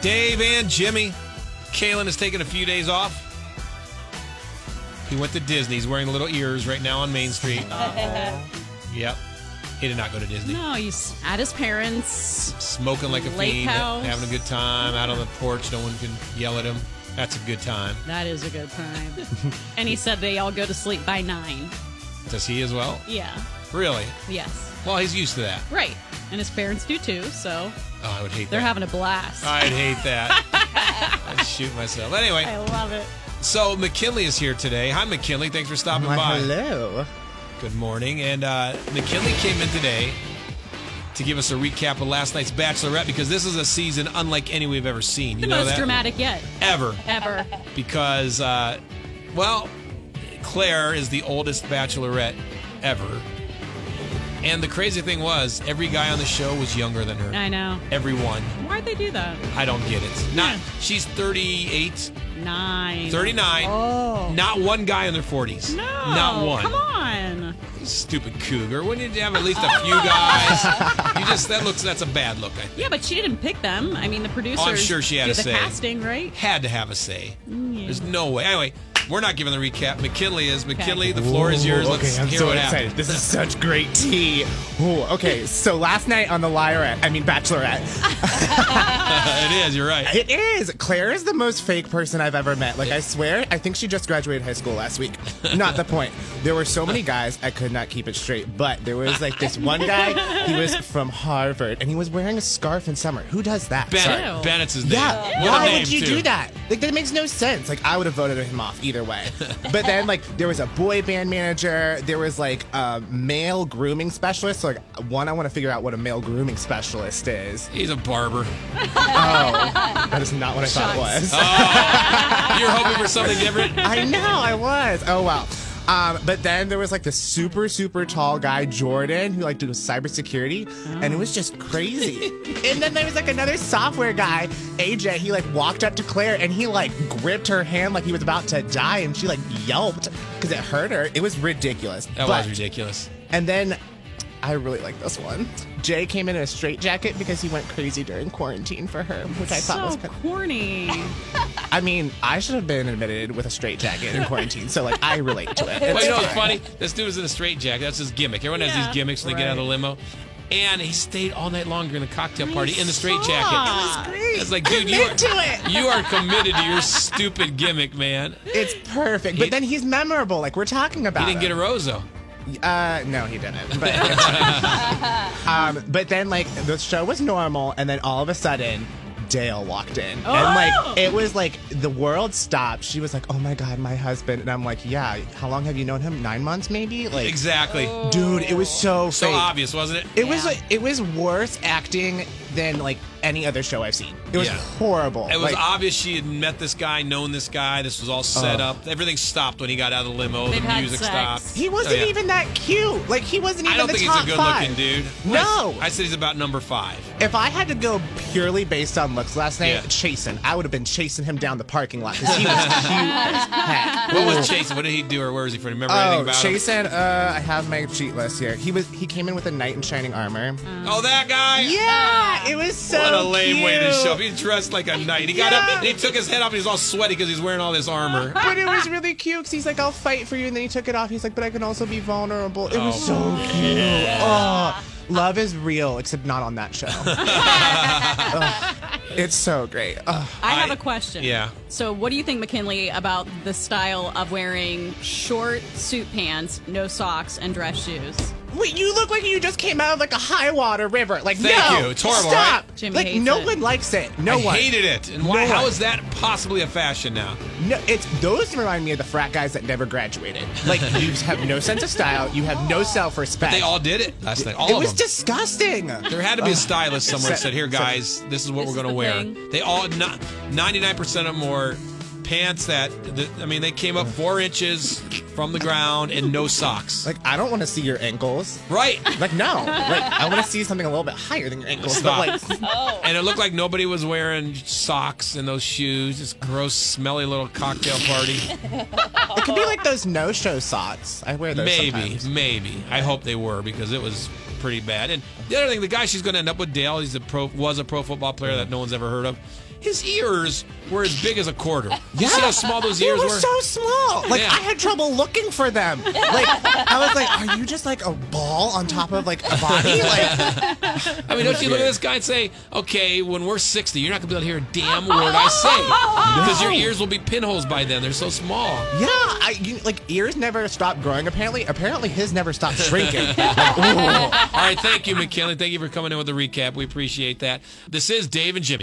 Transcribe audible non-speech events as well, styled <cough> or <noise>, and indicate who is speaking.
Speaker 1: Dave and Jimmy. Kalen has taken a few days off. He went to Disney. He's wearing little ears right now on Main
Speaker 2: <laughs>
Speaker 1: Street. yep. He did not go to Disney.
Speaker 2: No, he's at his parents.
Speaker 1: Smoking like a
Speaker 2: Lake
Speaker 1: fiend,
Speaker 2: house.
Speaker 1: having a good time, out on the porch. No one can yell at him. That's a good time.
Speaker 2: That is a
Speaker 1: <laughs>
Speaker 2: good time. and he said they all go to sleep by nine.
Speaker 1: Does he as well?
Speaker 2: Yeah.
Speaker 1: Really?
Speaker 2: Yes.
Speaker 1: Well, he's used to that.
Speaker 2: Right. And his parents do too, so
Speaker 1: Oh, I would hate
Speaker 2: they're
Speaker 1: that.
Speaker 2: having a blast.
Speaker 1: I'd hate
Speaker 2: <laughs>
Speaker 1: that. I'd shoot myself. Anyway,
Speaker 2: I love it.
Speaker 1: so McKinley is here today. Hi, McKinley. Thanks for stopping
Speaker 3: Why,
Speaker 1: by.
Speaker 3: hello.
Speaker 1: Good morning. And uh, McKinley came in today to give us a recap of last night's Bachelorette because this is a season unlike any we've ever seen. You
Speaker 2: The
Speaker 1: know
Speaker 2: most
Speaker 1: that?
Speaker 2: dramatic yet.
Speaker 1: Ever.
Speaker 2: Ever.
Speaker 1: Because, uh, well, Claire is the oldest Bachelorette ever. And the crazy thing was, every guy on the show was younger than her.
Speaker 2: I know.
Speaker 1: Everyone.
Speaker 2: Why'd they do that?
Speaker 1: I don't get it. Not
Speaker 2: Yeah.
Speaker 1: she's 38,
Speaker 2: Nine.
Speaker 1: 39.
Speaker 2: Oh.
Speaker 1: Not one guy in their 40s.
Speaker 2: No.
Speaker 1: Not one.
Speaker 2: Come on.
Speaker 1: Stupid cougar. Wouldn't you have at least a few guys? you just that looks that's a bad look. I
Speaker 2: Yeah, but she didn't pick them. I mean, the producers.
Speaker 1: sure she had
Speaker 2: do
Speaker 1: a
Speaker 2: the
Speaker 1: say.
Speaker 2: casting, right?
Speaker 1: had to have a say. There's no way. Anyway, we're not giving the recap. McKinley is McKinley. The floor is yours.
Speaker 3: Ooh,
Speaker 1: Let's
Speaker 3: okay, I'm
Speaker 1: hear
Speaker 3: so
Speaker 1: what
Speaker 3: excited.
Speaker 1: happened.
Speaker 3: This is such great tea. Ooh, okay, so last night on the Liarette, I
Speaker 1: <laughs>
Speaker 3: mean Bachelorette,
Speaker 1: it is. You're right.
Speaker 3: it is Claire is the most fake person I've ever met. Like I swear, I think she just graduated high school last week. Not the point. There were so many guys I could not keep it straight, but there was like this one guy. He was from Harvard and he was wearing a scarf in summer. Who does that? Sorry.
Speaker 1: Bennett.
Speaker 2: Ew.
Speaker 1: Bennett's his name.
Speaker 3: Yeah.
Speaker 1: What a
Speaker 3: Why
Speaker 1: name,
Speaker 3: would you
Speaker 1: too.
Speaker 3: do that? Like that makes no sense. Like I would have voted him off
Speaker 1: <laughs>
Speaker 3: either way. but then like there was a boy band manager, there was like a male grooming specialist. So, like one I want to figure out what a male grooming specialist <laughs> is. Oh,
Speaker 1: He's a barber.
Speaker 3: That is not what I thought it was.
Speaker 1: You're hoping for something different.
Speaker 3: <laughs> I know, I was. Oh wow. Um, but then there was like the super super tall guy Jordan who like did cybersecurity, and it was just crazy. and then there was like another software guy AJ. He like walked up to Claire and he like gripped her hand like he was about to die, and she like yelped because it hurt her. It was ridiculous.
Speaker 1: That
Speaker 3: But-
Speaker 1: was ridiculous.
Speaker 3: And then. I really like this one. Jay came in in a straitjacket because he went crazy during quarantine for her, which I thought was
Speaker 2: So
Speaker 3: kind of
Speaker 2: corny.
Speaker 3: I mean, I should have been admitted with a straitjacket in quarantine, so like I relate to it.
Speaker 1: Well,
Speaker 3: It's
Speaker 1: you know what's
Speaker 3: fine.
Speaker 1: funny? This dude was in a straitjacket. That's his gimmick. Everyone has
Speaker 2: Yeah.
Speaker 1: these gimmicks when they get out of the limo. And he stayed all night long during the cocktail party in the straitjacket.
Speaker 2: Stop.
Speaker 1: It's like,
Speaker 3: <laughs>
Speaker 1: dude, you are, you are committed to your stupid gimmick, man.
Speaker 3: It's perfect. But then he's memorable, like we're talking about.
Speaker 1: He didn't get a
Speaker 3: him.
Speaker 1: rose though.
Speaker 3: Uh, no, he didn't. But, <laughs> it's fine. um, but then like the show was normal, and then all of a sudden. Dale walked in, and
Speaker 2: Oh!
Speaker 3: like it was like the world stopped. She was like, "Oh my god, my husband," and I'm like, "Yeah, how long have you known him? Nine months, maybe." Like,
Speaker 1: Exactly.
Speaker 3: dude, it was so
Speaker 1: So
Speaker 3: fake.
Speaker 1: obvious, wasn't it?
Speaker 3: Oh. It was like, it was worse acting than like any other show I've seen. It was
Speaker 1: Yeah.
Speaker 3: horrible.
Speaker 1: It was
Speaker 3: Like,
Speaker 1: obvious she had met this guy, known this guy. This was all set up. Everything stopped when he got out of the limo. The
Speaker 2: They've had
Speaker 1: music
Speaker 2: sex.
Speaker 1: stopped.
Speaker 3: Uh. He wasn't
Speaker 1: Oh, yeah.
Speaker 3: even that cute. Like he wasn't even
Speaker 1: I don't
Speaker 3: the
Speaker 1: think he's
Speaker 3: top
Speaker 1: a
Speaker 3: five.
Speaker 1: good-looking dude.
Speaker 3: No.
Speaker 1: I, I said he's about number five.
Speaker 3: If I had to go purely based on looks last night,
Speaker 1: Yeah.
Speaker 3: chasing, I would have been chasing him down the parking lot because
Speaker 1: <laughs>
Speaker 3: he was cute as heck.
Speaker 1: What was Jason? What did he do, or where was he from? Remember anything
Speaker 3: Oh,
Speaker 1: about him?
Speaker 3: Jason, uh, I have my cheat list here. He was he came in with a knight in shining armor.
Speaker 1: Oh, that guy.
Speaker 3: Yeah, it was so
Speaker 1: What a lame way to
Speaker 3: cute.
Speaker 1: show up. He dressed like a knight. He got up
Speaker 3: Yeah.
Speaker 1: and he took his head off and he's all sweaty because he's wearing all this armor.
Speaker 3: But it was really cute 'cause he's like, I'll fight for you. And then he took it off. He's like, but I can also be vulnerable. <laughs> It was so
Speaker 1: Oh.
Speaker 3: cute. Oh, love is real, except not on that show.
Speaker 1: <laughs>
Speaker 3: Ugh, it's so great. Ugh.
Speaker 2: I have
Speaker 1: I-
Speaker 2: a question.
Speaker 1: yeah.
Speaker 2: So, what do you think, McKinley, about the style of wearing short suit pants, no socks, and dress shoes?
Speaker 3: Wait, you look like you just came out of like a high water river. Like,
Speaker 1: Thank
Speaker 3: no,
Speaker 1: you. It's horrible,
Speaker 3: Stop.
Speaker 1: right?
Speaker 2: Jimmy
Speaker 3: like,
Speaker 2: hates
Speaker 3: no
Speaker 2: it.
Speaker 3: one likes it. No
Speaker 1: I
Speaker 3: one.
Speaker 1: hated it. And why?
Speaker 3: No
Speaker 1: how
Speaker 3: one.
Speaker 1: is that possibly a fashion now?
Speaker 3: No, it's those remind me of the frat guys that never graduated. Like, you have no sense of style. You have no self-respect.
Speaker 1: They all did it last night. All
Speaker 3: it
Speaker 1: of
Speaker 3: was Uh,
Speaker 1: them.
Speaker 3: disgusting.
Speaker 1: There had to be a stylist somewhere that
Speaker 3: Set-
Speaker 1: said, "Here,
Speaker 3: set-
Speaker 1: guys, this is what
Speaker 2: This
Speaker 1: we're
Speaker 2: is
Speaker 1: going to
Speaker 2: the
Speaker 1: wear."
Speaker 2: thing.
Speaker 1: They all ninety-nine percent of them wore pants that, that I mean, they came up four inches from the ground and no socks.
Speaker 3: Like, I don't want to see your ankles. <laughs>
Speaker 1: right.
Speaker 3: Like, no. Like, I want to see something a little bit higher than your ankles.
Speaker 1: Stop.
Speaker 3: But like,
Speaker 1: And it looked like nobody was wearing socks and those shoes. This gross, smelly little cocktail party.
Speaker 3: it could be like those no-show socks. I wear those
Speaker 1: maybe,
Speaker 3: sometimes.
Speaker 1: maybe. I hope they were because it was pretty bad. And the other thing, the guy she's going to end up with, Dale, he's a pro, was a pro football player that no one's ever heard of. His ears were as big as a quarter. You see how small those
Speaker 3: They
Speaker 1: ears
Speaker 3: were
Speaker 1: were?
Speaker 3: so small. Like
Speaker 1: Yeah.
Speaker 3: I had trouble looking for them. Like I was like, are you just like a ball on top of like a body? Like
Speaker 1: I mean, don't you look at this guy and say, okay, when we're 60, you're not going to be able to hear a damn word I say because your ears will be pinholes by then. They're so small.
Speaker 3: yeah, I you, like ears never stopped growing. Apparently, apparently his never stopped shrinking.
Speaker 1: <laughs>
Speaker 3: Like, ooh.
Speaker 1: All right, thank you, McKinley. Thank you for coming in with the recap. We appreciate that. This is Dave and Jimmy.